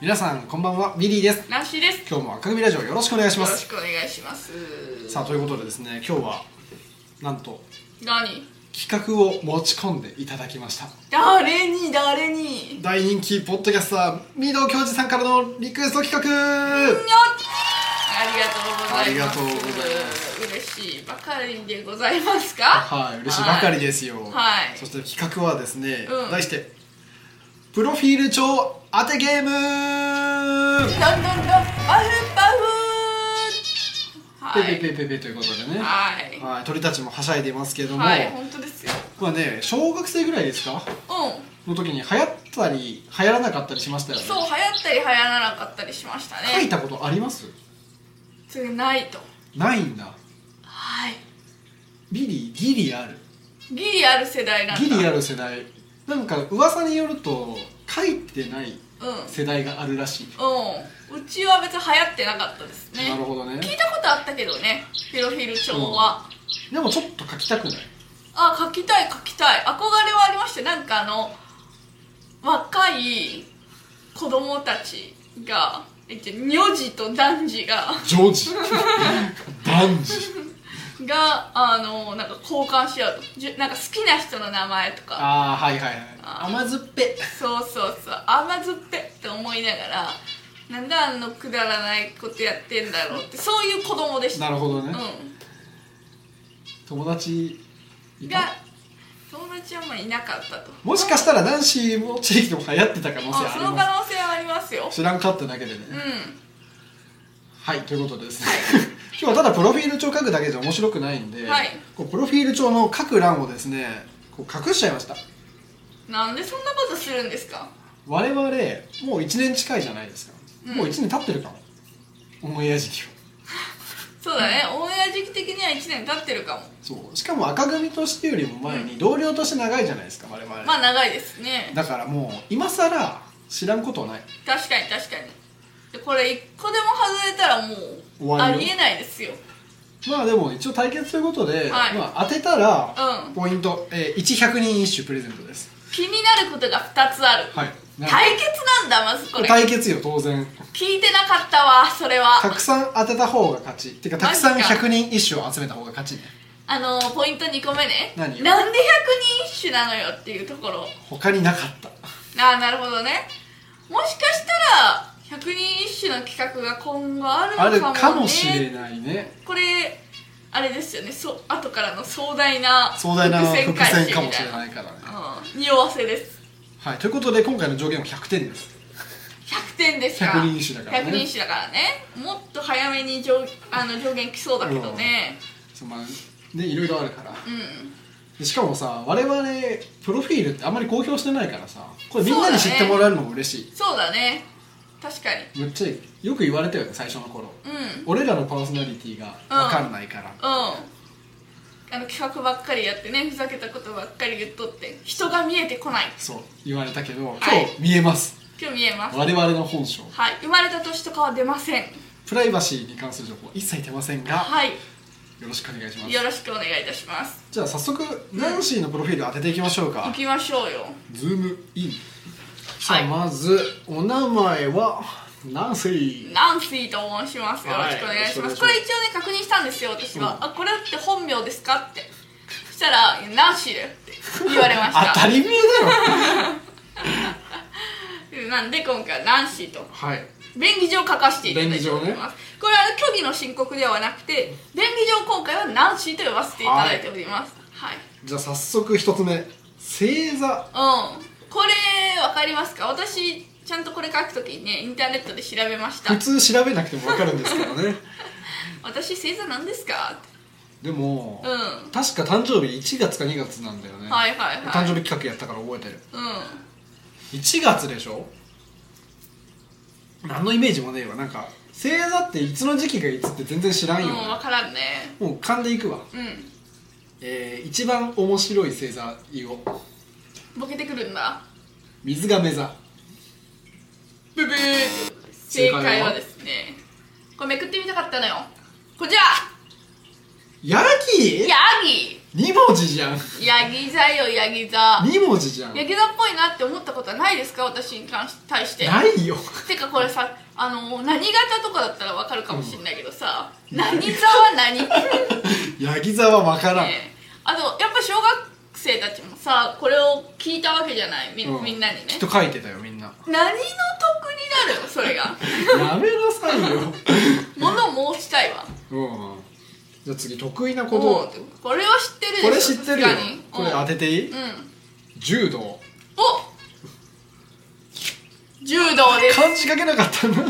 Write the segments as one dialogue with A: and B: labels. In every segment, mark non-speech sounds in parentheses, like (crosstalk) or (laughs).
A: 皆さんこんばんはミリーです
B: ナンシーです。よ
A: 今日も赤組ラジオよろしくお願いしま
B: ろ
A: す
B: しくお願いします。
A: さあということでですね今日はなんと
B: 何
A: 企画を持ち込んでいただきました
B: 誰に誰に
A: 大人気ポッドキャスター御堂教授さんからのリクエスト企
B: にょ
A: 画
B: っありがとうございます。
A: ありがとうございます。
B: 嬉しいばかりでございますかは
A: はい嬉しいばかり
B: で。
A: ですよ、
B: はい
A: そして企画はですね、
B: うん
A: 題して「プロフィール帳当てゲーム」
B: どんどんどん、パフパフは
A: ペ
B: い。
A: ペペペペということでね、
B: はい。
A: はい、鳥たちもはしゃいでいますけども、
B: はい、本当ですよ。
A: まあね小学生ぐらいですか
B: う
A: の時に流行ったり流行らなかったりしましたよ
B: ん。
A: ね
B: そう、流行ったり流行らなかったりしました
A: 書い
B: ね。
A: たことあります
B: それないと。
A: ないんだ
B: はい。
A: ビリギリある
B: ギリある世代なんだ。
A: ギリある世代なんか噂によると書いてない
B: うん。
A: 世代があるらしい、
B: うん、うちは別に流行ってなかったですね
A: なるほどね
B: 聞いたことあったけどねプロフィール帳は、
A: でもちょっと書きたくない
B: あ書きたい書きたい憧れはありましてなんかあの若い子供たちがえじゃ女児と男児が
A: ジョージ (laughs) 男
B: (laughs)
A: 児
B: があのなんか交換し合うとじゅなんか好きな人の名前とか
A: ああはいはい
B: あ
A: はい甘酸っぺ
B: そうそうそう甘酸っぱいって思いながらなんであのくだらないことやってんだろうってそういう子供でした
A: なるほどね、
B: うん
A: 友達いた
B: が友達はまあいなかったと
A: もしかしたらナンシーも地域でも流行ってた可能性あ
B: あそ
A: り
B: の
A: ま
B: 可能性はありますよ
A: す知らんかっただけでね、
B: うん
A: はいということでですね (laughs) 今日はただプロフィール帳書くだけじゃ面白くないんで、
B: はい
A: こうプロフィール帳の書く欄をですねこう隠しちゃいました
B: なんでそんなことするんですか
A: 我々もう1年近いじゃないですか、
B: うん
A: もう1年経ってるかもオンエア時期を
B: そうだね、オンエア時期的には1年経ってるかも
A: そうしかも赤組としてよりも前に同僚として長いじゃないですか我々、
B: まあ長いですね
A: だからもう今更知らんことはない
B: 確かに確かにでこれ1個でも外れたらも
A: 終
B: う
A: わ
B: あ
A: りよ
B: りえないですよ
A: まあでも一応対決ということで、
B: はい
A: まあ、当てたら
B: うん
A: ポイント、えー、100人一首プレゼントです
B: 気になることが2つある、
A: はいなんか
B: 対決なんだまずこれ
A: 対決よ当然
B: 聞いてなかったわそれ
A: た
B: は
A: くさん当てた方が勝ちっていうかたくさん
B: マジか
A: 100人一首を集めた方が勝ちね
B: あのポイント2個目ね
A: 何よ
B: なんで100人一首なのよっていうところ
A: 他になか
B: (laughs)
A: った
B: ああなるほどねもしかしたら百人一首の企画が今後あるの
A: あ
B: かも,、ね、
A: るかもしれないね
B: これあれですよねそ後からの壮大な
A: 壮大な伏
B: 回
A: 線
B: 収
A: か
B: み
A: もしたれ
B: いな
A: ないからね
B: うん匂わせです
A: はいということで今回の上限は100点です
B: 100点ですから
A: 百人一首だからね
B: 百人一首だからねもっと早めに上あの上限来そうだけどね
A: そうまあねいろいろあるから
B: うん、
A: でしかもさ我々プロフィールってあんまり公表してないからさこれみん
B: そう
A: な
B: だ
A: に
B: ね
A: 知ってもらえるのも嬉しい、
B: そうだね確かに
A: むっちゃいいよく言われたよね最初の頃
B: うん
A: 俺らのパーソナリティが分かんないから、
B: うんあの企画ばっかりやってねふざけたことばっかり言っとって人が見えてこない
A: そう言われたけど今
B: はい
A: 日見えます、
B: 今日見えます
A: 我々の本性
B: はい生まれた年とかは出ません
A: プライバシーに関する情報一切出ませんが、
B: はい
A: よろしくお願いします
B: よろしくお願いいたします
A: じゃあ早速ナンシーのプロフィール当てていきましょう
B: 行
A: か、
B: きましょうよ
A: ズームインさあまずお名前はナンシー
B: ナンシーと申しますよろしくお願い
A: はい
B: します、
A: よろしくお
B: こ
A: 願
B: れ
A: い
B: 一応ね確認したんですよ私は、
A: うん
B: あこれって本名ですかってそしたらいやナンシーだよって言われまし
A: 当
B: (laughs)
A: た
B: た
A: り前だよ
B: なんで今回はナンシーと
A: はい
B: 便宜上書かせていただいております、これは虚偽の申告ではなくて便宜上今回はナンシーと呼ばせていただいておりますはい、
A: じゃあ早速一つ目星座
B: うんこれわかりますか私ちゃんとこれ書くときにねインターネットで調べました
A: 普通調べなくても分かるんですけど
B: (laughs)
A: ね
B: 私星座なんですかって
A: でも、
B: うん
A: 確か誕生日1月か2月なんだよね、
B: はいはいはい
A: 誕生日企画やったから覚えてる
B: う
A: 1月でしょ何のイメージもねえわなんか星座っていつの時期がいつって全然知らん
B: ん
A: よ、
B: もう分からんね
A: もう勘でいくわ
B: うん
A: えー、一番面白い星座言おう
B: ボケてくるんだ
A: 水が座
B: ブブー
A: 正
B: 正
A: 解は
B: 解はですねこれめくってみたかったのよこちら
A: ヤギ
B: ヤギ
A: 2文字じゃん
B: ヤギ座よヤギ座
A: 2文字じゃん
B: ヤギ座っぽいなって思ったことはないですか私に関し対して
A: ないよ (laughs)
B: てかこれさあの何型とかだったらわかるかもしれないけどさ、何座は何
A: ヤギ座は分からん、
B: ねあとやっぱ小学生たちもさこれを聞いたわけじゃないみ,、
A: うん
B: みんなにね
A: きっと書いてたよみんな
B: 何の得になるのそれ
A: (laughs)
B: が
A: やめなさいよ
B: (laughs) 物申したいわ
A: うんじゃあ次得意なこ
B: ことう
A: こ
B: これは知ってるでしょ
A: れ知ってるよ
B: さすがに
A: これ当てていい、
B: うん、うん、
A: 柔道
B: お柔道です
A: 漢字書けなかったんだ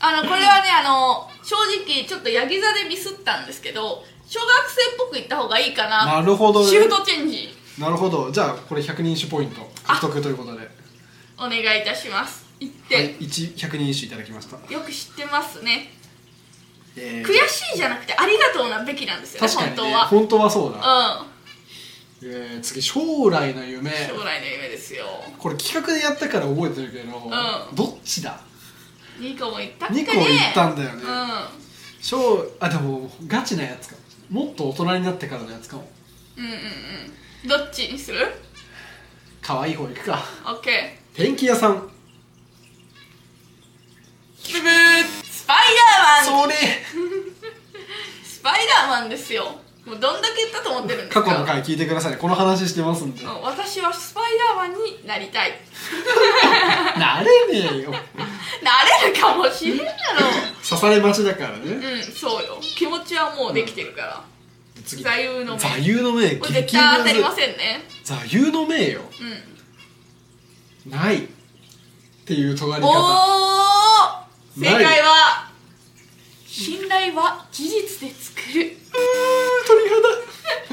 B: あのこれはねあの正直ちょっとヤギ座でミスったんですけど小学生っぽく言った方がいいかな
A: なるほどね
B: シフトチェンジ
A: なるほどじゃあこれ100人一首ポイント獲得ということで、は
B: お願いいたします言って、
A: い、1 100人一首いただきました、
B: よく知ってますね
A: えー
B: 悔しいじゃなくてありがとうなべきなんですよね
A: 確かに、ね、
B: 本
A: 本
B: 当
A: 当
B: は
A: は本当はそうだ、
B: う
A: えー次将来の夢
B: ん将来の夢ですよ
A: これ企画でやったから覚えてるけど、
B: ん
A: どっちだ
B: 2個も言ったっけ
A: 2
B: ね
A: 個言ったんだよ
B: う
A: ね、
B: ん
A: 将あでもガチなやつかももっと大人になってからのやつかも
B: うんうんうんどっちにする
A: 可愛い方行くか
B: ?OK
A: ペンキ屋さん
B: ブブースパイダーマ
A: そ
B: ン
A: れ
B: スパイダーマンですよもうどんだけ言ったと思ってるんです
A: 過
B: か
A: 去の回聞いてくださいねこの話してますんで
B: うん私はスパイダーマンになりたい (laughs)
A: なれねえよ
B: なれるかもしれんだろ
A: 刺され待ちだからね
B: ううんそうよ気持ちはもうできてるから、
A: 次
B: 座右の銘
A: 座右の銘
B: こ
A: 激
B: れ絶対当たりま
A: ム
B: せんね
A: ズ座右の銘よ
B: うん
A: ないっていう尖り
B: お
A: 方
B: お正
A: ない
B: 解は信頼は事実で作る
A: 鳥肌
B: (laughs)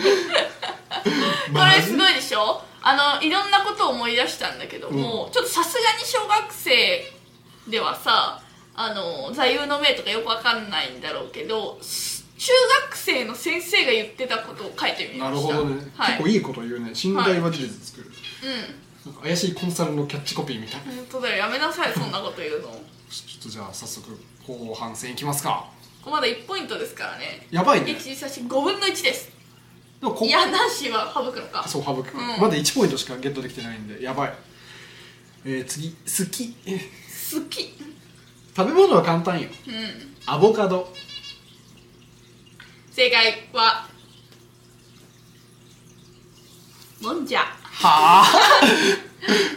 B: これす
A: い
B: ごいでしょあのいろんなことを思い出したんだけど、
A: うん
B: もうちょっとさすがに小学生ではさあの座右の銘とかよくわかんないんだろうけどす中学生の先生が言ってたことを書いてみま
A: な
B: した
A: るほどね、
B: はい、
A: 結構いいこと言うね信頼は事実作る、なんか怪しいコンサルのキャッチコピーみたい
B: うん本当だよやめなさいそんなこと言うの
A: ちょっとじゃあ早速後半戦いきますか
B: まだ1ポイントですからね
A: やばいね
B: 1、2、3、4、5分の1です
A: でもこ
B: いや男子は省くのか
A: そう省く、
B: うん
A: まだ1ポイントしかゲットできてないんでやばい、えー、次好きえ
B: 好き
A: 食べ物は簡単よ
B: うん
A: アボカド
B: 正解はもんじゃ
A: は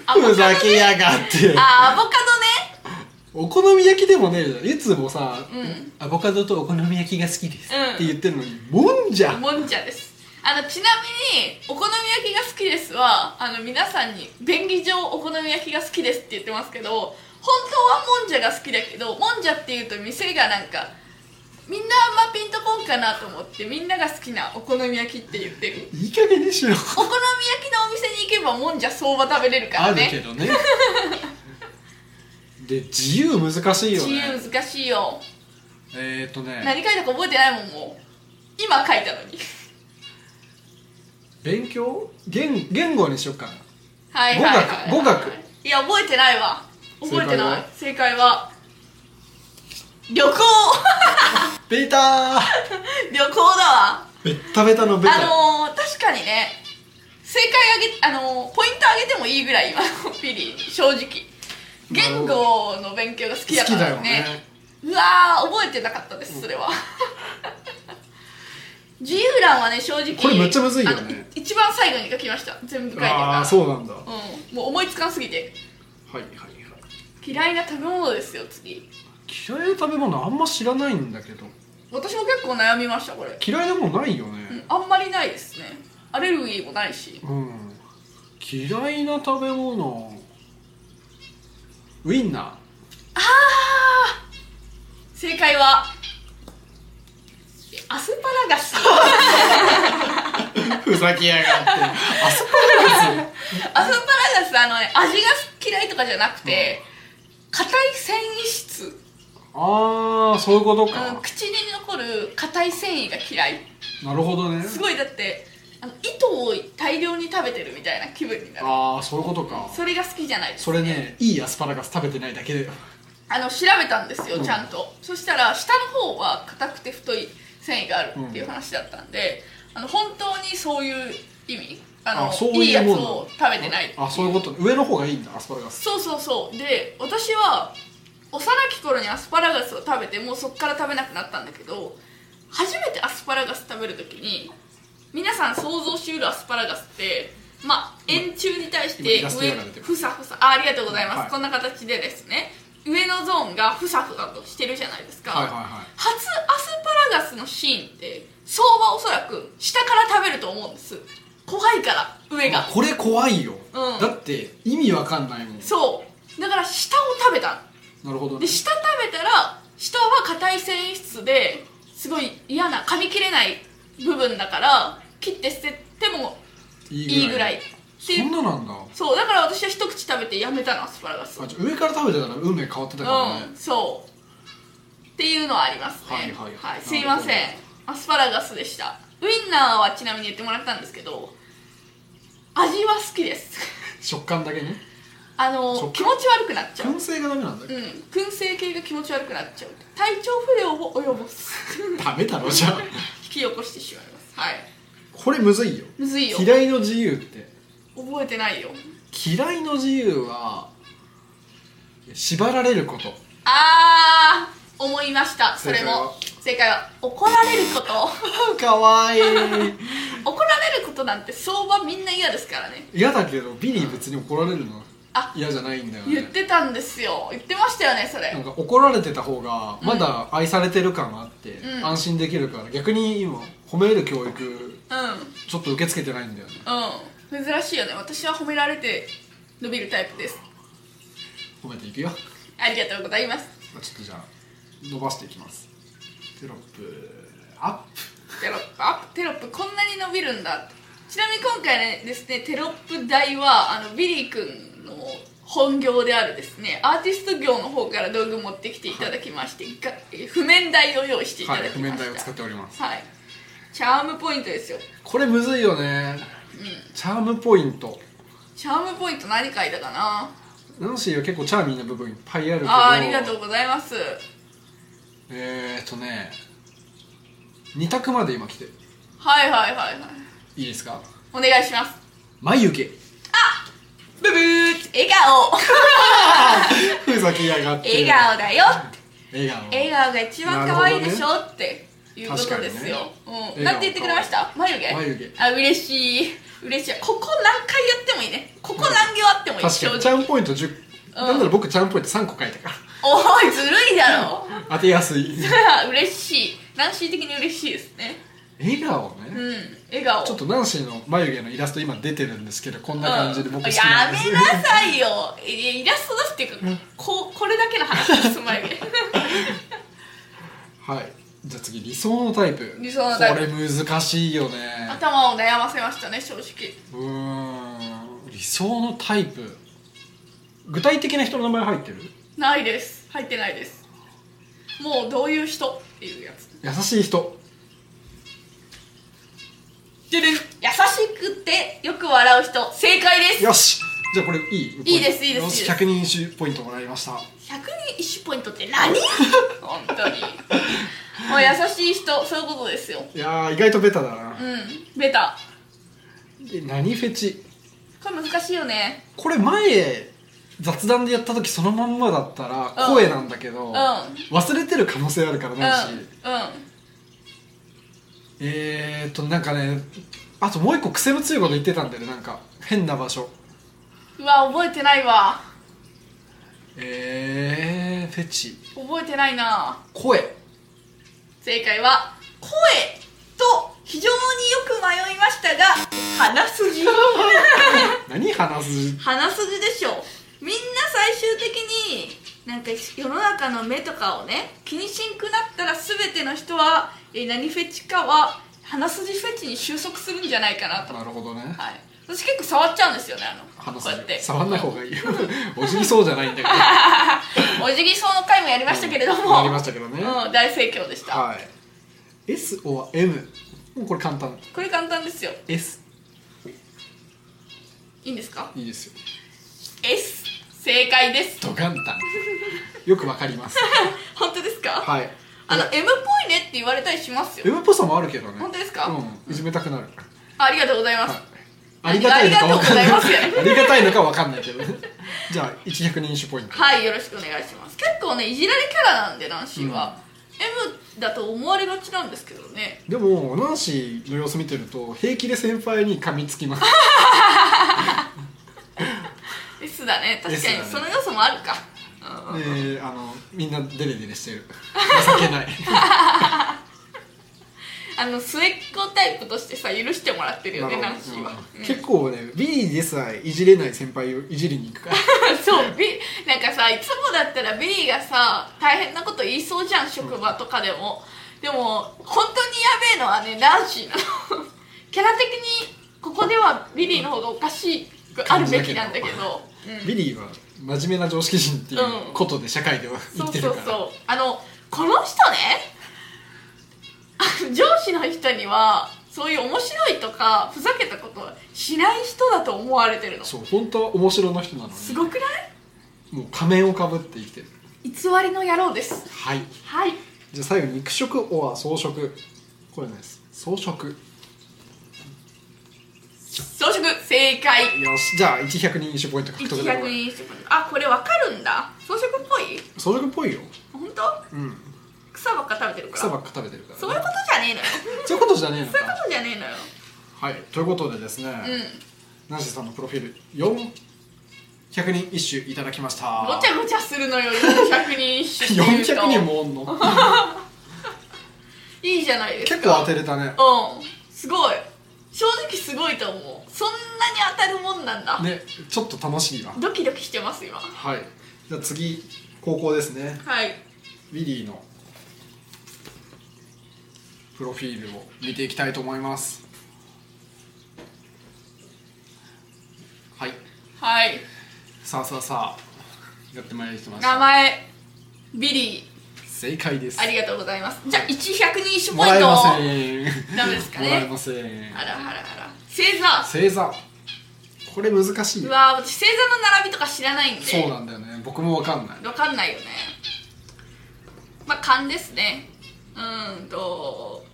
B: ア
A: あ
B: ボカ
A: (laughs) ふ
B: ドね
A: ざけやがって
B: あーアボカ
A: お好み焼きでもねえじゃんいつもさ、
B: うん
A: アボカドとお好み焼きが好きです、
B: うん
A: って言ってるのにもんじゃ
B: ドねもんじゃですあのちなみにお好み焼きが好きですはあの皆さんに便宜上お好み焼きが好きですって言ってますけど本当はもんじゃが好きだけどもんじゃっていうと店がなんかみんなあんまピンとこんかなと思ってみんなが好きなお好み焼きって言ってる
A: いい加減にし
B: (laughs)
A: ろ
B: お好み焼きのお店に行けばもんじゃ相場食べれるか
A: あ
B: ら
A: るけ
B: ね
A: ど
B: (laughs)
A: ねで自由難しいよ
B: 自
A: ね
B: 由難しいよ
A: えー、っとね
B: 何書いたか覚えてないもんもう今書いたのに
A: 勉強言言語にしよっかな
B: はいはいはい
A: 語学語学
B: いや覚えてないわ覚えてない正解は旅行 (laughs)
A: ベーター
B: 旅行だわ
A: ベッタベタのベタ
B: あのー、確かにね正解あげあのー、ポイントあげてもいいぐらい今のピリに正直言語の勉強が好きだ
A: 好
B: か
A: きだ
B: ら
A: よ
B: ね
A: ね
B: うわー覚えてなかったですそれは (laughs) 自由欄はね正直
A: これめっちゃむずいよね
B: あの一番最後に書きました全部書いてるから
A: ああそうなんだは
B: うん、もう思いつかんすぎて
A: いはいはい
B: 嫌いな食べ物ですよ次
A: 嫌いな食べ物あんま知らないんだけど
B: 私も結構悩みましたこれ、
A: 嫌いなものないよ
B: う
A: ね
B: ん、あんまりないですねアレルギーもないし
A: うん、嫌いな食べ物ウインナ
B: 正解はアスパラガ
A: (laughs)
B: ス
A: ーふざけやがってあそこ
B: アスパラガスあの、ね、味が嫌いとかじゃなくて硬い繊維質、うん、
A: ああそういうことか、
B: 口に残る硬い繊維が嫌い
A: なるほどね
B: すごいだってあの糸を大量に食べてるみたいな気分になる
A: ああそういうことか
B: それが好きじゃないです
A: それねいいアスパラガス食べてないだけで
B: あの調べたんですよちゃんと、そしたら下の方は硬くて太い繊維があるっていう話だったんで、あの本当にそういう意味あの
A: あそう
B: いい
A: い
B: や
A: う
B: つ
A: もんなの
B: を食べてない
A: あそういうこと上の方がいいんだアスパラガス
B: そうそうそうで私は幼き頃にアスパラガスを食べてもうそっから食べなくなったんだけど初めてアスパラガス食べる時に皆さん想像しうるアスパラガスってまあ円柱に対して
A: 今イラスト
B: 上
A: が出てる
B: ふさふさあありがとうございます、
A: はい
B: こんな形でですね上のゾーンがふさふさとしてるじゃないですか、
A: はいはいはい
B: 初アスパラガスのシーンって相場おそらく下から食べると思うんです怖いから上が
A: これ怖いよ、
B: うん
A: だって意味わかんないもん
B: そうだから下を食べたの
A: なるほどね
B: で下食べたら下は硬い繊維質ですごい嫌な噛み切れない部分だから切って捨ててもいいぐらいってい
A: そん
B: う
A: ななんだ
B: そうだから私は一口食べてやめたのアスパラガス
A: あじゃあ上から食べてたら運命変わってたからね、
B: うんそうっていうのはありますね
A: はいはいはい
B: すいませんアスパラガスでしたウインナーはちなみに言ってもらったんですけど味は好きです
A: (laughs) 食感だけに
B: あの
A: 食感
B: 気持ち悪くなっちゃう
A: 燻製がダメなんだよ、
B: うん燻製系が気持ち悪くなっちゃう体調不良を及ぼす
A: 食べたろじゃあ
B: 引き起こしてしまいますはい
A: (laughs) これむずいよ
B: むずいよ
A: 嫌いの自由って
B: 覚えてないよ
A: 嫌いの自由は縛られること
B: あー思いましたそれも正解は怒られること (laughs)
A: かわいい
B: 怒られることなんて相場みんな嫌ですからね
A: (laughs) 嫌だけどビリー別に怒られるの
B: あ
A: 嫌じゃないんだよ
B: 言っ
A: ね
B: てたんですよ言ってましたよねそれ
A: なんか怒られてた方がまだ愛されてる感があって
B: うん
A: 安心できるから、逆に今褒める教育
B: う
A: ちょっと受け付けてないんだよね
B: んうん珍しいよね私は褒められて伸びるタイプです
A: 褒めていくよ
B: ありがとうございます
A: ちょっとじゃあ伸ばしていきますテロップア
B: テロップあテロップこんなに伸びるんだちなみに今回ねですねテロップ代はあのビリー君の本業であるですねアーティスト業の方から道具持ってきていただきまして、がえ譜面台を用意して
A: ッ
B: い
A: プは
B: た
A: い
B: だき
A: 譜
B: ま
A: 面
B: した
A: 台を使っております
B: はいチャームポイントですよ
A: これむずいよね、チャームポイント
B: チャームポイント何書いたかな
A: ナンシーは結構チャーミーな部分いっぱいあるけど
B: あーありがとうございます
A: えーっとね2択まで今来てる
B: はいはいはいはい
A: いいですか
B: お願いします
A: 眉毛
B: ブブー笑顔
A: ふざけやがって
B: 笑顔だよ
A: 笑顔
B: 笑顔が一番可愛いでしょ、っていうことですよ、
A: 確かにね
B: うん、なんて言ってくれました眉毛
A: 眉毛
B: あ嬉しい嬉しいここ何回やってもいいねここ何行あってもいい
A: 確かにチャームポイント10、なんなら僕チャームポイント3個書いたから
B: おいずるいだろ (laughs)
A: 当てやすい
B: 嬉しいナンシー的に嬉しいですね
A: 笑顔ね、
B: うん笑顔
A: ちょっとナンシーの眉毛のイラスト今出てるんですけどこん
B: う
A: な感じで僕好き
B: や
A: なんです
B: めなさいよいイラスト出すっていうか、こうこれだけの話です眉
A: (laughs)
B: 毛
A: はいじゃあ次理想のタイプ
B: 理想のタイプ
A: これ難しいよね
B: 頭を悩ませましたね正直
A: うーん理想のタイプ具体的な人の名前入ってる
B: ないです入ってないですもうどういう人っていうやつ
A: 優しい人
B: でで優しくてよく笑う人正解です
A: よしじゃあこれいい
B: いいですいいです
A: よ
B: いい
A: し
B: です
A: 100人一首ポイントもらいました
B: 100人一首ポイントって何 (laughs) 本当にもう優しい人そういうことですよ
A: いやー意外とベタだな
B: う、んベタ
A: で何フェチ
B: これ難しいよね
A: これ前雑談でやった時そのまんまだったら
B: うん
A: 声なんだけど、
B: ん
A: 忘れてる可能性あるから
B: うん
A: なし、
B: う
A: えーっとなんかねあともう一個癖の強いこと言ってたんだよねなんか変な場所
B: んうわ覚えてないわ
A: えー、フェチ
B: 覚えてないな
A: 声
B: 正解は声と非常によく迷いましたが鼻筋
A: 何話す
B: 鼻筋でしょみんな最終的になんか世の中の目とかをね気にしんくなったら全ての人は、えー何フェチかは鼻筋フェチに収束するんじゃないかなと、は
A: なるほどね
B: い、私結構触っちゃうんですよねあの
A: 話
B: こうやって
A: す触んない方がいいよ (laughs) おじぎそうじゃないんだけど
B: お辞儀そうの回もやりま (laughs) したけれども、
A: ありましたけどね、
B: うん、大盛況でした、
A: はい。S or M。もうこれ簡単。
B: これ簡単ですよ
A: S。
B: いいんですか
A: いいですよ。
B: S 正解です
A: ドカンタン。よくわかります。
B: 本当ですか
A: はい。
B: あの M っぽいねって言われたりしますよ
A: M っぽさもあるけどね
B: 本当ですか
A: うんいじめたくなる
B: ありがとうございます、
A: はいありがたいのかわかんない
B: ありがとうございます
A: ありがたいのかわかんないけどねじゃあ100人種ポイント
B: はい、よろしくお願いします。結構ね、いじられキャラなんで、ナンシーは。M だと思われがちなんですけどね。
A: でもナンシーの様子見てると平気で先輩に噛みつき
B: (laughs)
A: ます
B: S だね。確か
A: S だ
B: に、
A: ね
B: その要素もあるか。うん
A: であのみんなデレデレしてる情けない
B: あの、末っ子タイプとしてさ、許してもらってるよね、ナンシーは。
A: う
B: うんん
A: 結構ね B でさえいじれない先輩をいじりに行くから
B: (laughs) そう、B、なんかさ、いつもだったら B がさ、大変なこと言いそうじゃん、職場とかでも。でも、本当にやべえのはね、ナンシーなの。キャラ的に、ここではビリーの方がおかしい、あるべきなんだけど。うん
A: ビリーは真面目な常識人っていうことで社会では生
B: そ
A: き
B: う
A: て
B: そ
A: る
B: う
A: から
B: そうあのこの人ね (laughs) あの上司の人にはそういう面白いとかふざけたことはしない人だと思われてるのす
A: そう本当は面白の人なのに
B: ごくな
A: もう仮面をかぶって生きてる
B: い偽りの野郎です
A: はい
B: はい
A: じゃあ最後肉食おは草食これね草食
B: 装飾正解
A: よしじゃあ100人一種ポイント獲得だこ
B: 100
A: れ
B: 人あこれわかるんだ装飾っぽい
A: 草食っぽいよ
B: 本当
A: うん
B: 草ばっか食べてるから
A: 草ばっか食べてるから、
B: そういう
A: ね
B: こ、とじゃねえのよ
A: そういうことじゃねえの
B: そういうこ
A: か
B: とじゃねえのよ
A: はいということでですね、
B: うん
A: ナンシーさんのプロフィール4 100人一首いただきました
B: ごちゃごちゃするのよ400人
A: (laughs)
B: 一首っていうと
A: 400人もお
B: (laughs)
A: んの
B: いいじゃないですか
A: 結構当てれたね
B: うんすごい正直すごいと思うそんなに当たるもんなんだ、
A: ねちょっと楽しいわ
B: ドキドキしてます今は
A: はいじゃあ次高校ですね
B: い
A: ウィリーのプロフィールを見ていきたいと思いますはい
B: はい
A: さあさあさあやってまいりまし
B: 名
A: た
B: 前ビリ
A: 正解です
B: ーありがとうございますじゃあ100人一
A: も
B: ポイ
A: ら
B: ン
A: え
B: ト
A: ませ
B: あ
A: ん
B: ダメですかね
A: もらえません
B: らあらあら星座
A: 星座これ難しいう
B: わー私星座の並びとか知らないんで
A: そうなんだよね僕もわかんない
B: わかんないよねまあ勘ですねうーんと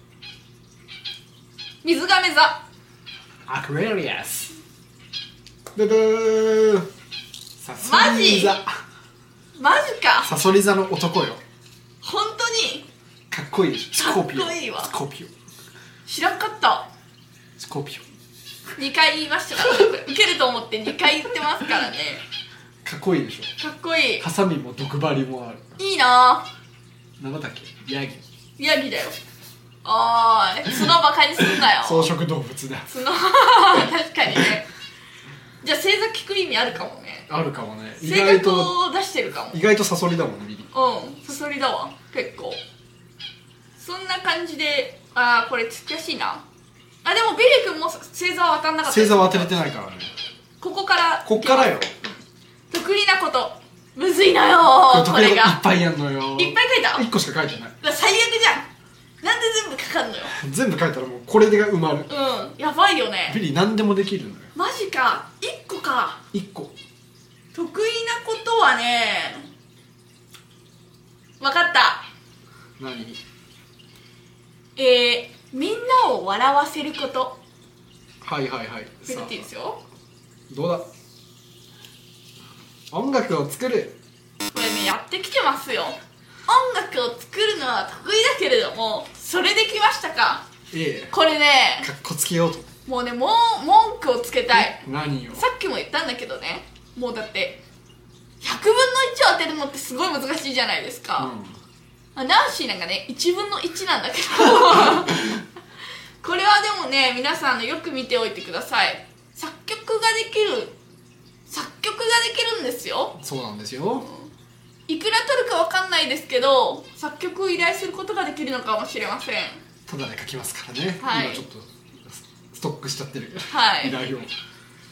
B: 水亀座
A: アクエリアスブブーサソリ座
B: マジか
A: サソリ座の男よ
B: 本当に
A: かっこいいでしょスコーピオ
B: かっこいいわ
A: スコーピオ
B: 知らんかった
A: スコーピ
B: 2回言いましたからね受けると思って2回言ってますからね
A: オかっこいいでしょ
B: かっこいい
A: ハサミも毒針もある
B: いいな
A: 何だっけヤギ
B: ぁヤギだよおーい角バカにすんなよ
A: 草食動物だ
B: 角確かにねじゃあ星座聞く意味あるかもね
A: あるかもね意
B: 性
A: 外
B: 格
A: と
B: を出してるか
A: 意外とサソリだもんねビリ
B: もうんサソリだわ結構そんな感じでああこれ悔しいなあでもビリー君も星座は当たんなかった
A: 星座は当てれてないからね
B: ここから
A: こっからよ
B: 得意なことむずいなよーこ
A: 得
B: れ
A: 意なことい
B: が
A: っぱいやんのよ
B: いっぱい書いた
A: 1個しか書いてない
B: だから最悪じゃんなんで全部かかんのよ
A: 全部書いたらもうこれが埋まる
B: うんやばいよね
A: ビリ何でもできるのよ
B: マジか1個か
A: 1個
B: 得意なことはね分かった
A: 何
B: えー、みんなを笑わせること
A: はいはいはい
B: フル
A: さ
B: ティですよ
A: あどうだ音楽を作る
B: これねやってきてますよ音楽を作るのは得意だけれどもそれできましたか
A: え
B: これね
A: えかっこつけようと
B: もうねもう文句をつけたい
A: 何よ
B: さっきも言ったんだけどねもうだって100分の1を当てるのってすごい難しいじゃないですか、
A: う
B: あナンシーなんかね1分の1なんだ
A: (laughs)
B: けどこれはでもね皆さんあのよく見ておいてください作曲ができる作曲ができるんですよ
A: んそうなんですよ
B: いくら取るかわかんないですけど作曲を依頼することができるのかもしれません
A: ただで書きますからね、
B: はい
A: 今ちょっとストックしちゃってる、
B: はい
A: 依頼を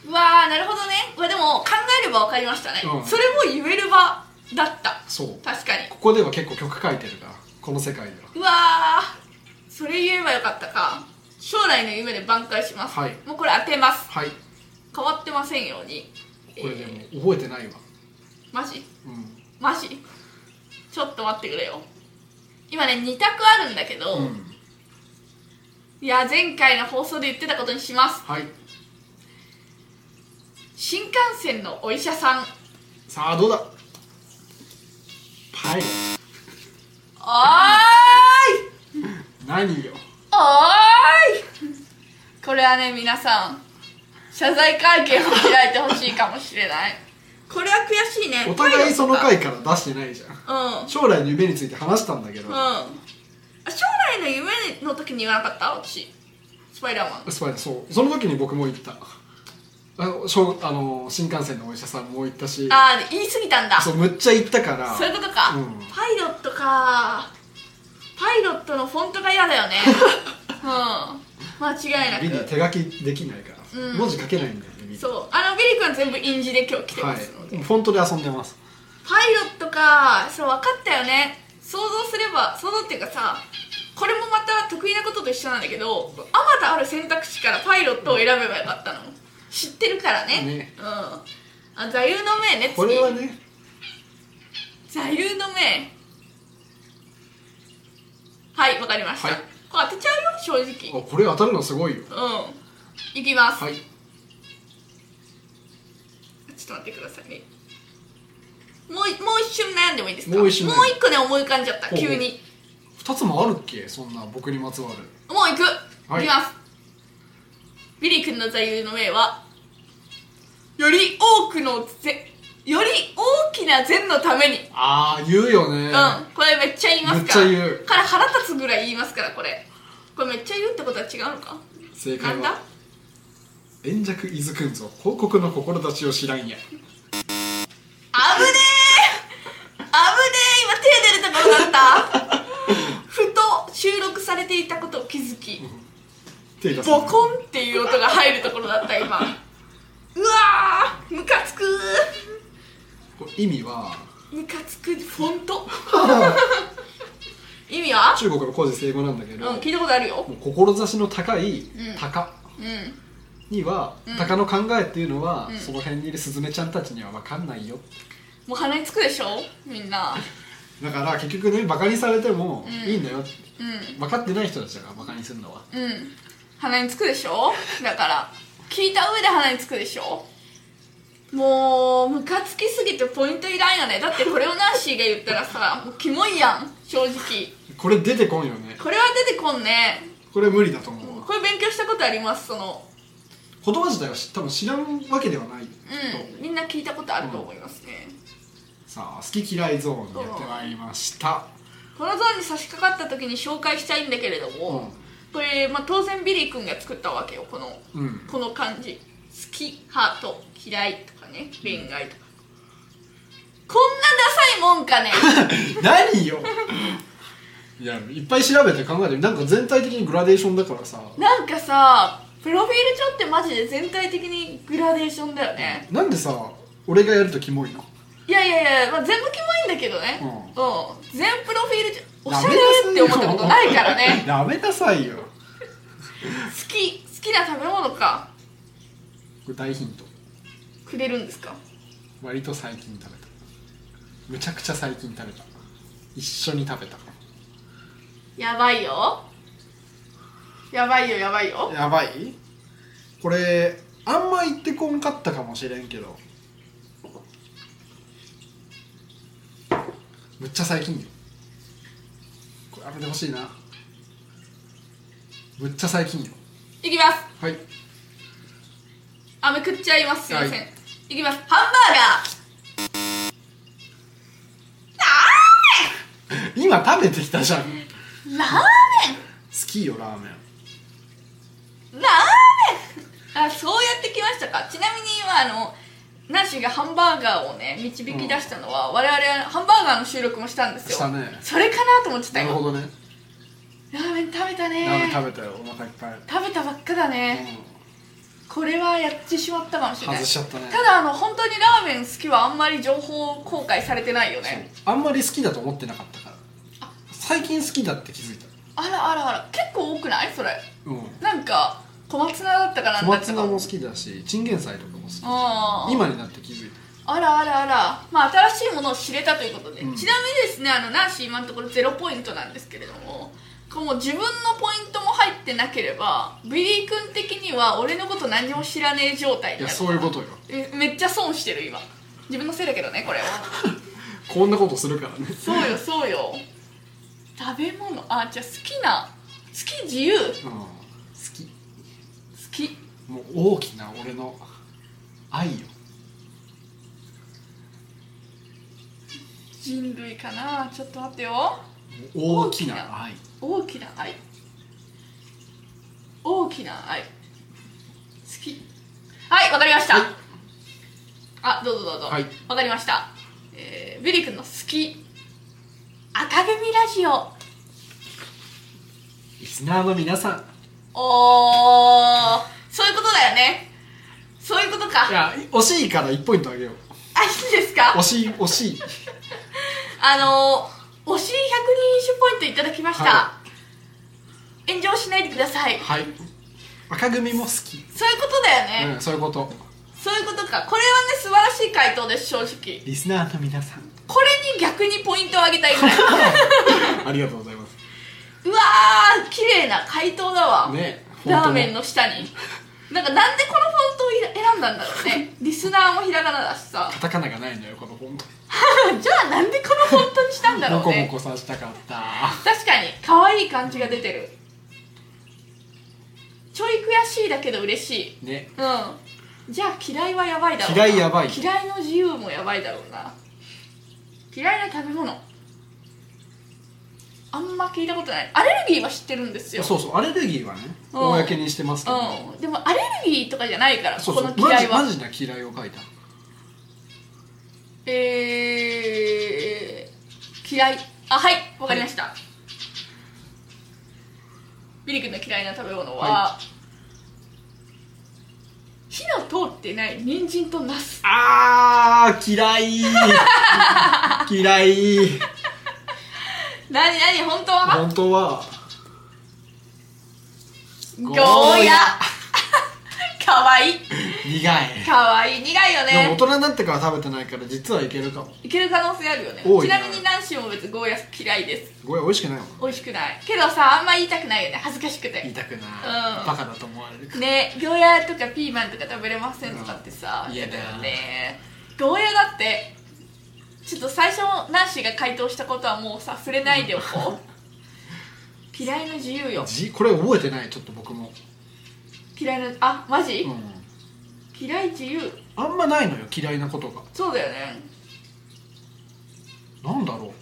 B: うわーなるほどねうわでも考えればわかりましたね、
A: うん
B: それも言える場だった
A: そう
B: 確かに
A: ここでは結構曲書いてるからこの世界では
B: うわーそれ言えばよかったか将来の夢で挽回します、
A: はい
B: もうこれ当てます
A: はい
B: 変わってませんように
A: これで
B: えー
A: もう覚えてないわ
B: マジ
A: うん
B: マジちょっと待ってくれよ今ね2択あるんだけど、
A: うん
B: いや前回の放送で言ってたことにします
A: はい
B: 新幹線のお医者さん
A: さあどうだパイロ
B: おーい
A: ット何よ
B: おーいこれはね皆さん謝罪会見を開いてほしいかもしれないこれは悔しいね
A: お互いその回
B: うん
A: から出してないじゃん
B: うん
A: 将来の夢について話したんだけど、
B: あ将来の夢の時に言わなかった私スパイダーマン
A: スパイダーそうその時に僕も行ったあのしょうあの新幹線のお医者さんも行ったし
B: ああ言い過ぎたんだ
A: そ
B: そう
A: むっちゃ行ったから
B: ういうことか、
A: うん
B: パイロットかパイロットのフォントが嫌
A: (laughs)
B: だよねうん間違いな
A: ビリー
B: く
A: 手書きできないから、
B: うん
A: 文字書けないんだよねビリー
B: そうあのビリ君は全部印字で今日来て
A: は
B: ま
A: い
B: すので、
A: フォントで遊んでます
B: パイロットかそう分かったよね想像すれば想像っていうかさこれもまた得意なことと一緒なんだけどあまたある選択肢からパイロットを選べばよかったの知ってるからね
A: ね
B: うんあ座右の銘ね次
A: これはね
B: 座右の銘はいわかりました、
A: はい
B: これ当てちゃうよ正直
A: あこれ当たるのすごいよ
B: うんいきます、
A: はい
B: ちょっと待ってくださいねもうもう一瞬悩んでもいいですか
A: もう一瞬悩む
B: 一個ね思い浮かんじゃった
A: ほうほう
B: 急に
A: 2つもあるっけそんな僕にまつわる
B: もう行く、
A: はい
B: 行きますビリー君の座右の銘はより多くのぜより大きな善のために、
A: ああ言うよね、
B: うんこれめっちゃ言いますから
A: めっちゃ言う
B: から腹立つぐらい言いますからこれこれめっちゃ言うってことは違うのか
A: 正
B: な
A: 解
B: ん
A: は
B: だ
A: 「円弱伊豆くんぞ広告の志を知らんや
B: あぶねえあぶねえ今手出るところだった
A: (laughs)
B: ふと収録されていたことを気づき」
A: 手出す
B: ボコンっていう音が入るところだった今うわームカつく
A: これ意味
B: (laughs)
A: は
B: ムカつくフォント意味は
A: 中国の古事英語なんだけ
B: う
A: ど、
B: ん聞いたことあるよ
A: もう志の高い
B: ん
A: 鷹
B: うん
A: には、
B: うん
A: 鷹の考えっていうのは、
B: うん
A: その辺にいるスズメちゃんたちには分かんないよ
B: もう鼻につくでしょみんな
A: だから結局ねバカにされても
B: うん
A: いいんだよ、
B: うん
A: 分かってない人たちだからバカにするのは
B: うん鼻につくでしょだから聞いた上で鼻につくでしょもうムカつきすぎてポイントいらんよねだってこれをナンシーが言ったらさもうキモいやん正直
A: これ出てこんよね
B: これは出てこんね
A: これ無理だと思うわ
B: これ勉強したことありますその
A: 言葉自体は知多分知らんわけではない、と
B: うんみんな聞いたことあると思いますね、
A: さあ好き嫌いゾーンにやってまいりました、 (laughs)
B: このゾーンに差し掛かった時に紹介したいんだけれど
A: う
B: も、これ、まあ、当然ビリー君が作ったわけよこの
A: んうん
B: この漢字好きハート嫌いとかね恋愛とか、こんなダサいも
A: (laughs)
B: んかね
A: 何よいやいっぱい調べて考えてなんか全体的にグラデーションだからさ
B: なんかさプロフィール帳ってマジで全体的にグラデーションだよね
A: なんでさ俺がやるとキモいの
B: いやいやいや、まあ、全部キモいんだけどね
A: うん
B: うん、全プロフィール帳おしゃれって思ったことないからね
A: やめなさいよこ
B: 好き (laughs) 好きな食べ物か
A: れ大ヒント
B: くれるんですか
A: 割と最近食べたむちゃくちゃ最近食べた一緒に食べた
B: やばいよやばいよやばいよ
A: やばいこれあんま言ってこんかったかもしれんけどむっちゃ最近よこれやめてほしいなむっちゃ最近よ
B: いきます
A: はい
B: あめくっちゃいますすいません、
A: はい
B: い、きますハンバーガー
A: 今食べてきたじゃん好
B: ラーメ
A: きよラーメン
B: ンラーメンあそうやってきましたかちなみに今あのナンシーがハンバーガーをね導き出したのは、我々はハンバーガーの収録もしたんですよ
A: したね
B: それかなと思ってた
A: なるほ
B: よ
A: どね
B: ラーメン食べた
A: ラ
B: ね
A: ーメン食べたよお腹いっぱい、
B: 食べたばっかだね、
A: う
B: これはやってしまったかもしれ
A: ん、
B: ない
A: 外しちゃったね
B: ただあの本当にラーメン好きはあんまり情報公開されてないよね
A: あんまり好きだと思ってなかったから最近好きだって気づいた
B: あらあらあら結構多くないそれ
A: うん
B: なんか小松菜だったかな
A: 小
B: んだっ
A: 松
B: た
A: 菜
B: か
A: も好きだしチンゲン菜とかも好き
B: ああ
A: 今になって気づいた
B: あらあらあら、まあ、新しいものを知れたということで、
A: うん
B: ちなみにですねあのナンシー今のところゼロポイントなんですけれどもこうもう自分のポイントも入ってなければビリー君的には俺のこと何も知らねえ状態
A: い
B: に
A: や
B: なる
A: そういうことよ
B: えめっちゃ損してる今自分のせいだけどねこれは
A: こんなことするからね
B: そうよそうよ食べ物あじゃあ好きな好き自由好
A: うん好き
B: き
A: もう大きな俺の愛よ
B: 人類かなちょっと待ってよ
A: もう大きな愛
B: 大きな愛大きな愛好きはいわかりました、
A: はい
B: あどうぞどうぞわ、
A: はい
B: かりました、えー、ビリ君の好き赤組ラジオ
A: リスナーの皆さん
B: おーそういうことだよねそういうことか
A: いや惜しいから1ポイントあげよう
B: あいいですか
A: 惜しい惜しい
B: あのー、推し120ポイントいただきました、
A: は
B: 炎上しないでください
A: はい赤組も好き
B: そういうことだよね、
A: うんそういうこと
B: そういうことかこれはね素晴らしい回答です正直
A: リスナーの皆さん
B: これに逆にポイントをあげたいぐらい
A: (laughs) ありがとうございます
B: うわー綺麗な回答だわ、
A: ね
B: ラーメン
A: の
B: の下になんかなんでこのフォントをいら選んだんだろうねリスナーもひらがなだしさ (laughs)
A: カタカナがないのよこの本当
B: じゃあなんでこのフォントにしたんだ
A: モ
B: ろう
A: コモ
B: ね
A: コさしたかった
B: 確かに可愛い感じが出てるちょい悔しいだけど嬉しい
A: ね
B: うんじゃあ嫌いはやばいだろうな
A: 嫌いやばい
B: 嫌いの自由もやばいだろうな嫌いな食べ物あんま聞いたことないアレルギーは知ってるんですよ
A: そうそうアレルギーはね
B: うん
A: 公にしてますけど
B: うん、でもアレルギーとかじゃないから
A: そうそう
B: この
A: マ
B: 嫌
A: ジ
B: いは
A: マジな嫌いを書いた
B: えー、嫌いあはいわかりました、ビリ君の嫌いな食べ物は、
A: は
B: 火の通ってない人参とナス
A: あー嫌
B: (laughs)
A: い嫌い
B: なになに本当は
A: 本当は
B: ゴーヤかわいい
A: 苦いで
B: かわいい苦いよ
A: も大
B: ね
A: 人になってから食べてないから実はいけるかも
B: いける可能性あるよね
A: 多い
B: ち
A: ね
B: なみにナンシーも別にゴーヤ嫌いです
A: ゴーヤ美味しくないもん
B: 美味しくないけどさあんま言いたくないよね恥ずかしく
A: 言い
B: て
A: たくない、
B: うん
A: バカだと思われるから
B: ねゴーヤとかピーマンとか食べれませんとかってさ
A: うん
B: 言ってたよ
A: 嫌だ
B: ねゴーヤだってちょっと最初ナンシーが回答したことはもうさ触れないでおこ
A: (laughs)
B: う嫌いの自由よ
A: じこれ覚えてないちょっと僕も、
B: 嫌いのあマジ、
A: うん、
B: 嫌い自由
A: あんまないのよ嫌いなことが
B: そうだよね
A: なんだろ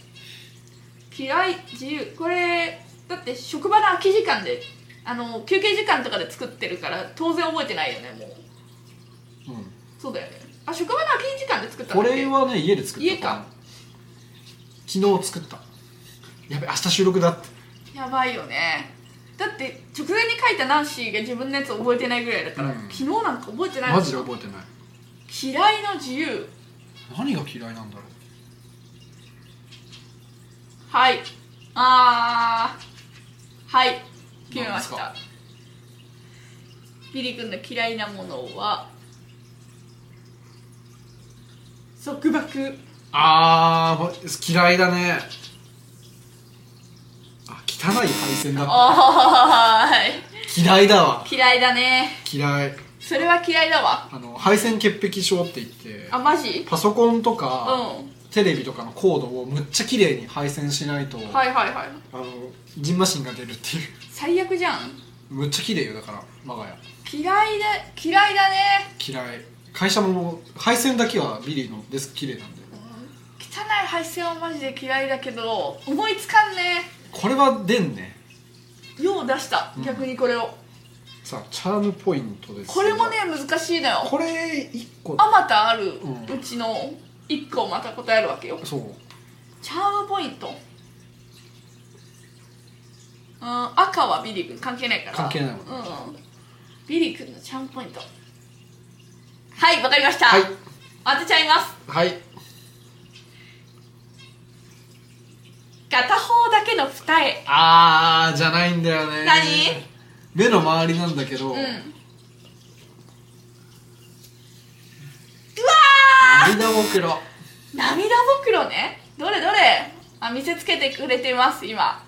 B: 嫌い自由これだって職場の空き時間であの休憩時間とかで作ってるから当然覚えてないよねもう
A: う、うん、
B: そうだよねあ職場の空き時間で作ったん
A: こ
B: だっけ
A: れはね家で作った
B: 家か
A: 昨日作ったやべ明日収録だって
B: やばいよねだって直前に書いたナンシーが自分のやつ覚えてないぐらいだから、
A: うん
B: 昨日なんか覚えてない
A: マジで覚えてない
B: 嫌いの自由
A: 何が嫌いなんだろう
B: はいあーはい決めまし
A: 何
B: たビリ君の嫌いなものは束縛
A: あーもう嫌いだねあ汚い配線だっ
B: お
A: た嫌いだわ
B: ーい嫌いだね
A: 嫌い
B: それは嫌いだわ
A: あの配線潔癖症って言って
B: あマジ
A: パソコンと
B: うん
A: か、
B: は
A: テレビとかのコードをむっちゃ綺麗に配線しないと、
B: いはいはい
A: あのジンマシンが出るっていう
B: 最悪じゃん
A: むっちゃ綺麗よだから我が
B: 嫌いだ嫌いだね
A: 家嫌い会社も配線だけはビリーのデスク綺麗なんで
B: 汚い配線はマジで嫌いだけど思いつかんね
A: これは出んね
B: よう出した
A: うん
B: 逆にこれを、
A: さあチャームポイントです
B: これもね難しいのよ
A: これ一個
B: あまたある
A: うん
B: うちの1個をまた答えるわけよ
A: そう
B: チャームポイントうん赤はビリ君関係ないから
A: 関係ないもん
B: うんうん、ビリ君のチャームポイントはいわかりました、
A: はい
B: 当てちゃいます
A: はい
B: 片方だけの二重
A: あーじゃないんだよね
B: 何
A: 目の周りなんだけど、
B: うんうわー
A: 涙袋
B: 涙袋ねどれどれあ見せつけてくれてます今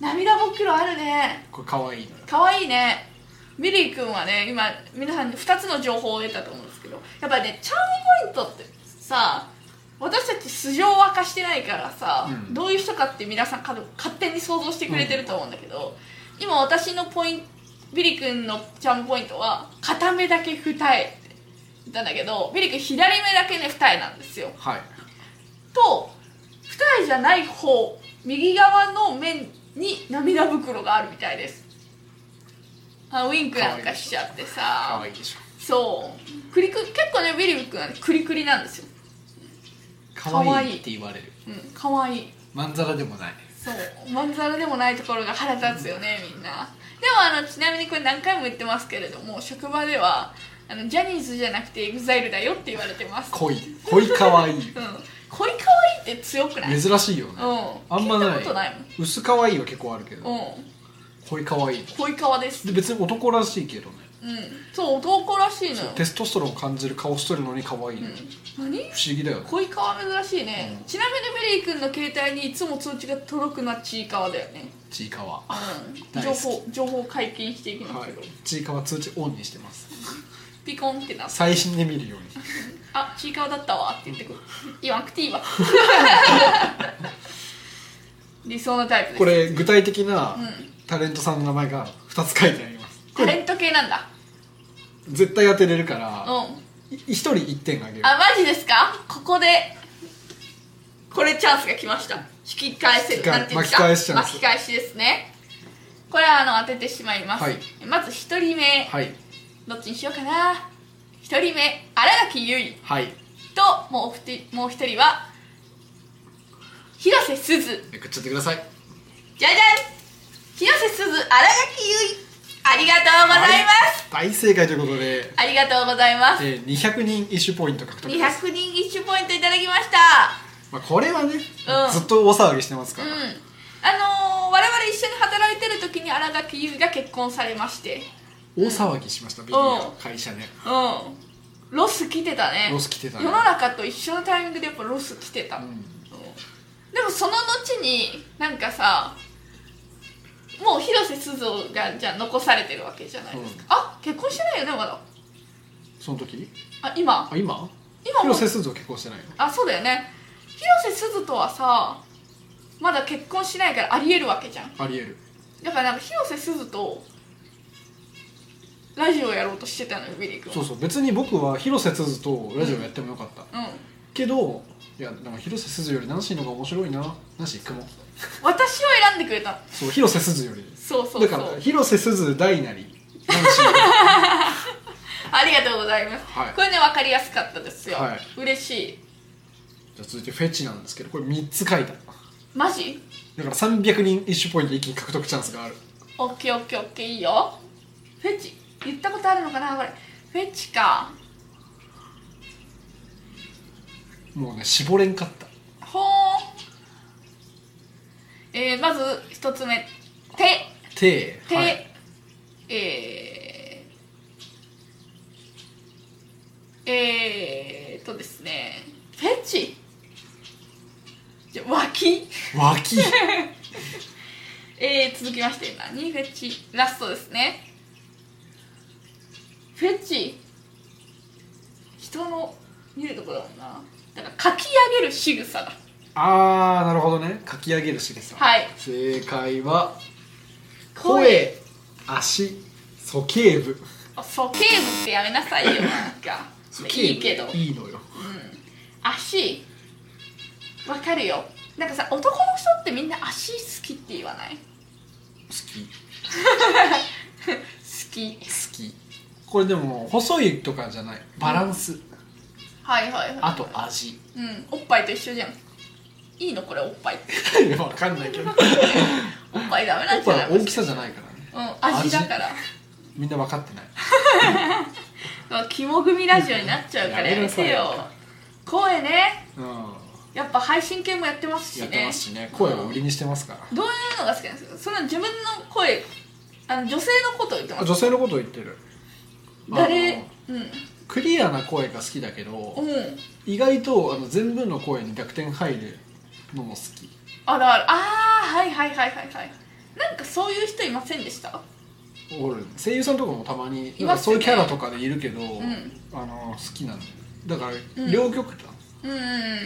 B: 涙袋あるね
A: これかわいいのよ
B: かわいいねミリー君はね今皆さん2つの情報を得たと思うんですけどやっぱりねチャームポイントってさ私たち素性を明かしてないからさ、
A: うん
B: どういう人かって皆さんか勝手に想像してくれてると思うんだけど、今私のポイントビリー君のチャームポイントは片目だけ二重って言ったんだけどビリー君左目だけね二重なんですよ
A: はい
B: と二重じゃない方右側の面に涙袋があるみたいですあウインクなんかしちゃって
A: か
B: さ
A: わいいでしょ
B: そうクリク結構ねビリビ君はねクリクリなんですよ、
A: か
B: わいい
A: わいいって言われる
B: うん、かわいい
A: まんざらでもない
B: そうまんざらでもないところが腹立つよねみんなでもあのちなみにこれ何回も言ってますけれども職場ではあのジャニーズじゃなくて EXILE だよって言われてます
A: 恋恋かわいい
B: うん恋かわいいって強くないうん
A: 珍しいよねあんま
B: 聞い
A: な
B: た
A: い
B: ことない
A: 薄かわいいは結構あるけ
B: も
A: ど
B: んうん
A: 恋かわいい
B: 恋かわです
A: で別に男らしいけどね
B: うんそう男らしいのよ
A: テストストロンを感じる顔してるのに可愛いね、
B: 何
A: 不思議だよね
B: 恋かわ珍しいね、ちなみにメリー君の携帯にいつも通知が届くのはちいかわだよね
A: ちいかわ
B: うん
A: 大
B: 情
A: 好き
B: 報情報解禁していきます
A: はい
B: けど、
A: ちいかわ通知オンにしてます
B: ピコンってな
A: 最新で見るように
B: あちいかわだったわって言ってくる言わなくていいわ
A: (laughs)
B: 理想のタイプです
A: これ具体的な
B: うん
A: タレントさんの名前が2つ書いてありますこ
B: タレ
A: れ
B: ント系なんだ
A: 絶対当てれるか
B: うん
A: ら
B: あ
A: い一人1点あげる
B: マジですかここでこれチャンスが来ました引き返せ
A: 引
B: る
A: き返
B: なんていうんです
A: 巻き
B: か
A: 返しチャンス
B: 巻き返しですねこれはあの当ててしまいます、
A: はい
B: まず一人目、
A: はい
B: どっちにしようかな一人目新垣結
A: はい
B: 衣ともうおふてもう一人は広瀬すず
A: めくっちゃってください
B: じゃじゃん広瀬すず新垣結衣ありがとうございます、
A: 大正解ということで、
B: ありがとうございます
A: えー、200人一種ポイント獲得です、
B: 200人一種ポイントいただきました
A: まあ、これはね、
B: ん
A: ずっと大騒ぎしてますか
B: うん
A: ら、
B: あのー、我々一緒に働いてる時に新垣結衣が結婚されまして
A: 大騒ぎしましたビリーの会社ね
B: うんロス来てたね
A: ロス来てたね
B: 世の中と一緒のタイミングでやっぱロス来てた、
A: ん
B: でもその後になんかさもう広瀬すずがじゃあ残されてるわけじゃないですか、
A: うん
B: あ結婚してないよねまだ
A: その時
B: あ今
A: あ今
B: 今も
A: 広瀬すずは結婚してないの
B: あそうだよね広瀬すずとはさまだ結婚しないからありえるわけじゃん
A: ありえる
B: だからなんか広瀬すずとラジオやろうとしてたのよビリー君
A: そう
B: は
A: そう別に僕は広瀬すずとラジオやってもよかった、
B: うん
A: けどいやなんか広瀬すずよりナンシーの方が面白いなナンシーくも
B: 私を選んでくれたの
A: そう広瀬すずより
B: そうそうそ
A: だ
B: う
A: から広瀬すず大なりナンシ
B: ありがとうございます、
A: はい
B: これね分かりやすかったですよ、
A: はい
B: 嬉しい
A: ー (laughs) じゃあ続いてフェチなんですけどこれ3つ書いただか
B: マジ
A: ら300人一種ポイント一気に獲得チャンスがある
B: オッケーオッケーオッケーいいよフェチ言ったことあるのかなこれフェチか
A: もうね絞れんかった
B: ほーえー、まず一つ目手
A: 手
B: 手、
A: はい、
B: えー、えーとですねフェチじゃ脇
A: (laughs) 脇
B: えー、続きまして何フェチラストですねフェチ人の見るところだもんなだからかき上げる仕草だ
A: ああなるほどねかき上げるしです
B: はい
A: 正解は声足鼠径部
B: あ鼠径部ってやめなさいよなんかいいけど
A: いいのよ
B: 足わかるよなんかさ男の人ってみんな足好きって言わない好 (laughs)
A: 好き
B: き
A: 好きこれでも細いとかじゃないバランス、
B: はいはいはい
A: あと味
B: うんおっぱいと一緒じゃんいいのこれおっぱいって
A: い (laughs) やわかんないけどやっ
B: おっぱいダメなんじ
A: ぱ
B: ゃない
A: 大きさじゃないからね
B: うん味だから
A: みんな分かってない
B: 肝組ラジオになっちゃうからやめて
A: やめな
B: よ
A: さ
B: 声ね
A: うん
B: やっぱ配信系もやってますしね
A: やってますしね声を売りにしてますから
B: どういうのが好きなんですかその自分の声あの女性のことを言ってま
A: あ
B: す
A: 女性のことを言ってる
B: 誰
A: あの
B: うん
A: クリアな声が好きだけ
B: う
A: ど
B: ん
A: 意外とあの全部の声に濁点入るのも好き
B: あるあるああはいはいはいはいはいなんかそういう人いませんでした
A: おる声優さんとかもたまに
B: い
A: なん
B: ま
A: か
B: す
A: そう
B: よ
A: いう
B: ね
A: キャラとかでいるけど、
B: ん
A: あの好きなんだよだから
B: ん
A: 両極端、
B: うんうんう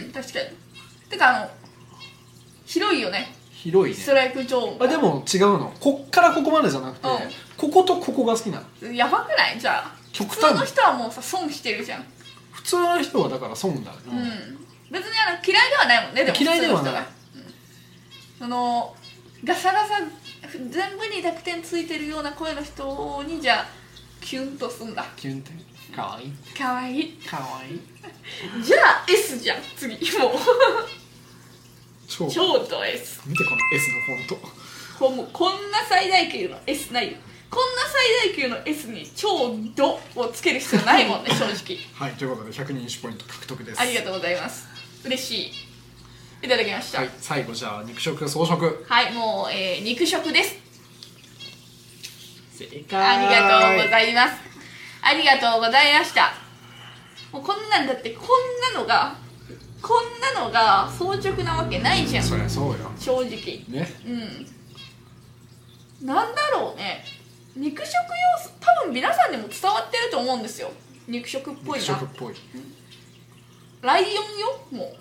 B: ん確かにてかあの広いよね
A: 広い
B: スト
A: ね
B: ライクゾーンが
A: あでも違うのこっからここまでじゃなくて、
B: うん
A: こことここが好きなの
B: やばくないじゃあ
A: 極
B: 普通
A: 端
B: の
A: に
B: 人はもうさ損してるじゃん
A: 普通の人はだから損だよ、
B: うん、別にあの嫌いではないもんねでも
A: 嫌いではない
B: 普通の人がうんそのガサガサ全部に濁点ついてるような声の人にじゃあキュンとすんだ
A: キュンってかわいい
B: かわいい
A: かわいい
B: じゃあ S じゃん
A: (laughs)
B: 次も
A: 超
B: う超と S
A: 見てこの S のフォント
B: こうもうこんな最大級の S ないよこんな最大級の S に超ドをつける必要ない
A: (laughs)
B: もんね正直
A: はいということで100人1ポイント獲得です
B: ありがとうございます嬉しいいただきました
A: はい、最後じゃあ肉食装飾
B: はい、もう、えー肉食です。
A: 正解
B: ありがとうございます。ありがとうございました。もうこんなんだって、こんなのが、こんなのが装着なわけないじゃん、
A: そ
B: 正
A: りゃそうよ
B: 直。
A: ね
B: うん。なんだろうね。肉食要素、多分皆さんにも伝わってると思うんですよ。肉食っぽ
A: 肉
B: い
A: 食っ。
B: な
A: ぽい
B: ライオンよ、も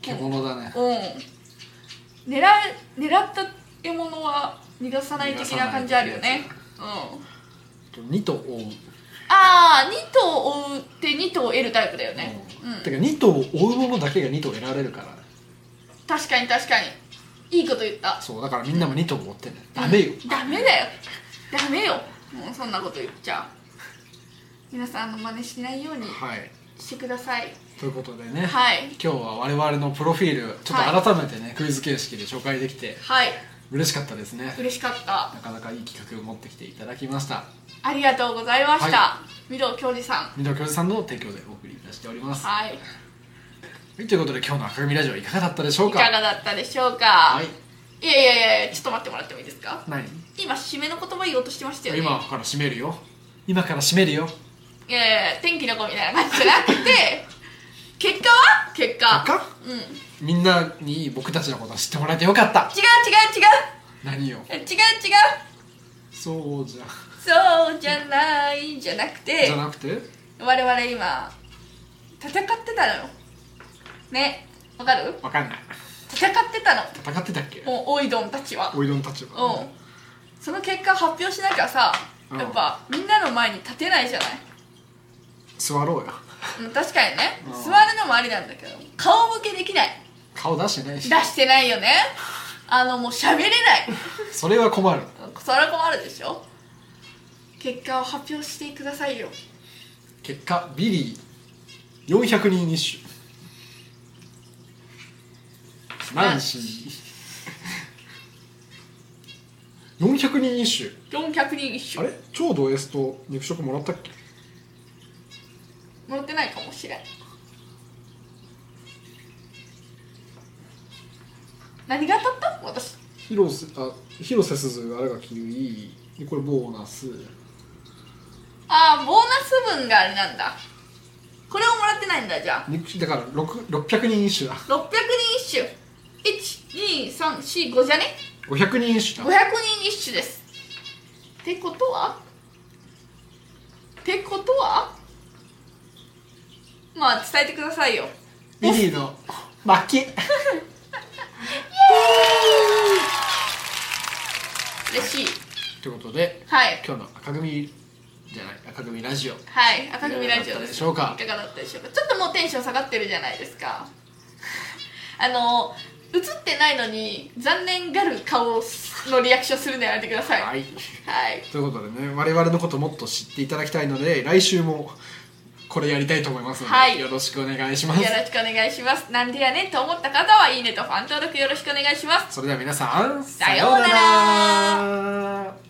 A: 獣だね
B: う。うん。狙え、狙った獲物は逃がさない的な感じあるよね。うん。
A: 2と追う、
B: ああ2頭を追うって2頭を得るタイプだよね、う
A: て
B: ん、
A: か2頭を追うものだけが2頭得られるから
B: 確かに確かにいいこと言った
A: そうだからみんなも2頭追ってねダメよ、
B: ダメだよダメよもうそんなこと言っちゃう皆さんあの真似しないように
A: はい
B: してください
A: ということでね、
B: はい
A: 今日は我々のプロフィールちょっと改めてね、クイズ形式で紹介できて
B: はい
A: 嬉しかったですね
B: 嬉しかった
A: なかなかいい企画を持ってきていただきました
B: ありがとうございました、
A: は
B: 御堂教授さん
A: 水戸教授さんの提供でお送りいたしております、は
B: はい
A: い、ということで今日の赤組ラジオいかがだったでしょう
B: い
A: か
B: かがだったでしょうか、
A: はい
B: い、やいやいやちょっと待ってもらってもいいですか
A: 何
B: 今締めの言葉言おうとしてましたよね
A: 今から閉めるよ今から閉めるよ
B: いやいや天気の子みたいな感じじゃなくて
A: (laughs)
B: 結果は結果
A: 結果
B: うん違う違
A: み
B: う違う
A: んなに僕たちのことを知ってもらえてよかった何よ
B: 違う違う
A: そうじゃ
B: そうじゃないじゃなくて
A: じゃなくて
B: 我々今戦ってたのよねわかる
A: わかんない
B: 戦ってたの
A: 戦ってたっけ
B: もうおいどんたちは
A: おいどんたちは
B: うんその結果を発表しなきゃさ
A: うん
B: やっぱみんなの前に立てないじゃない
A: 座ろうよ
B: うん確かにね
A: うん
B: 座るのもありなんだけど顔向けできない
A: 顔出してない
B: 出
A: し
B: してないよねあのもう喋れない
A: それは困る
B: それ困るでしょ結果を発表してくださいよ
A: 結果ビリー400人一首ナンシー400人一首
B: 400人一
A: あ
B: 緒
A: れ超ド S と肉食もらったっけ
B: もらってないかもしれん何が当たった私
A: 広瀬あ広瀬すずあれがキウイでこれボーナス
B: ああボーナス分があれなんだこれをもらってないんだじゃあ
A: 肉だから6 600人一首だ
B: 600人一首12345じゃね
A: 500人一
B: 500
A: 首だ
B: 人一首ですってことはってことはまあ伝えてくださいよ
A: ビリーの負け
B: 嬉しい
A: ということで
B: はい
A: 今日の赤組じゃない赤組ラジオ
B: はい赤組ラジオです
A: いかがだったでしょうか
B: いかがだったでしょうかちょっともうテンション下がってるじゃないですか (laughs) あの映ってないのに残念がる顔のリアクションするのやめてくださいはい、
A: はいということでね我々のこともっと知っていただきたいので来週もこれやりたいと思いますので、
B: はい
A: よろしくお願いします
B: よろしくお願いしますなんでやねんと思った方はいいねとファン登録よろしくお願いします
A: それでは皆さん
B: さようなら
A: さようなら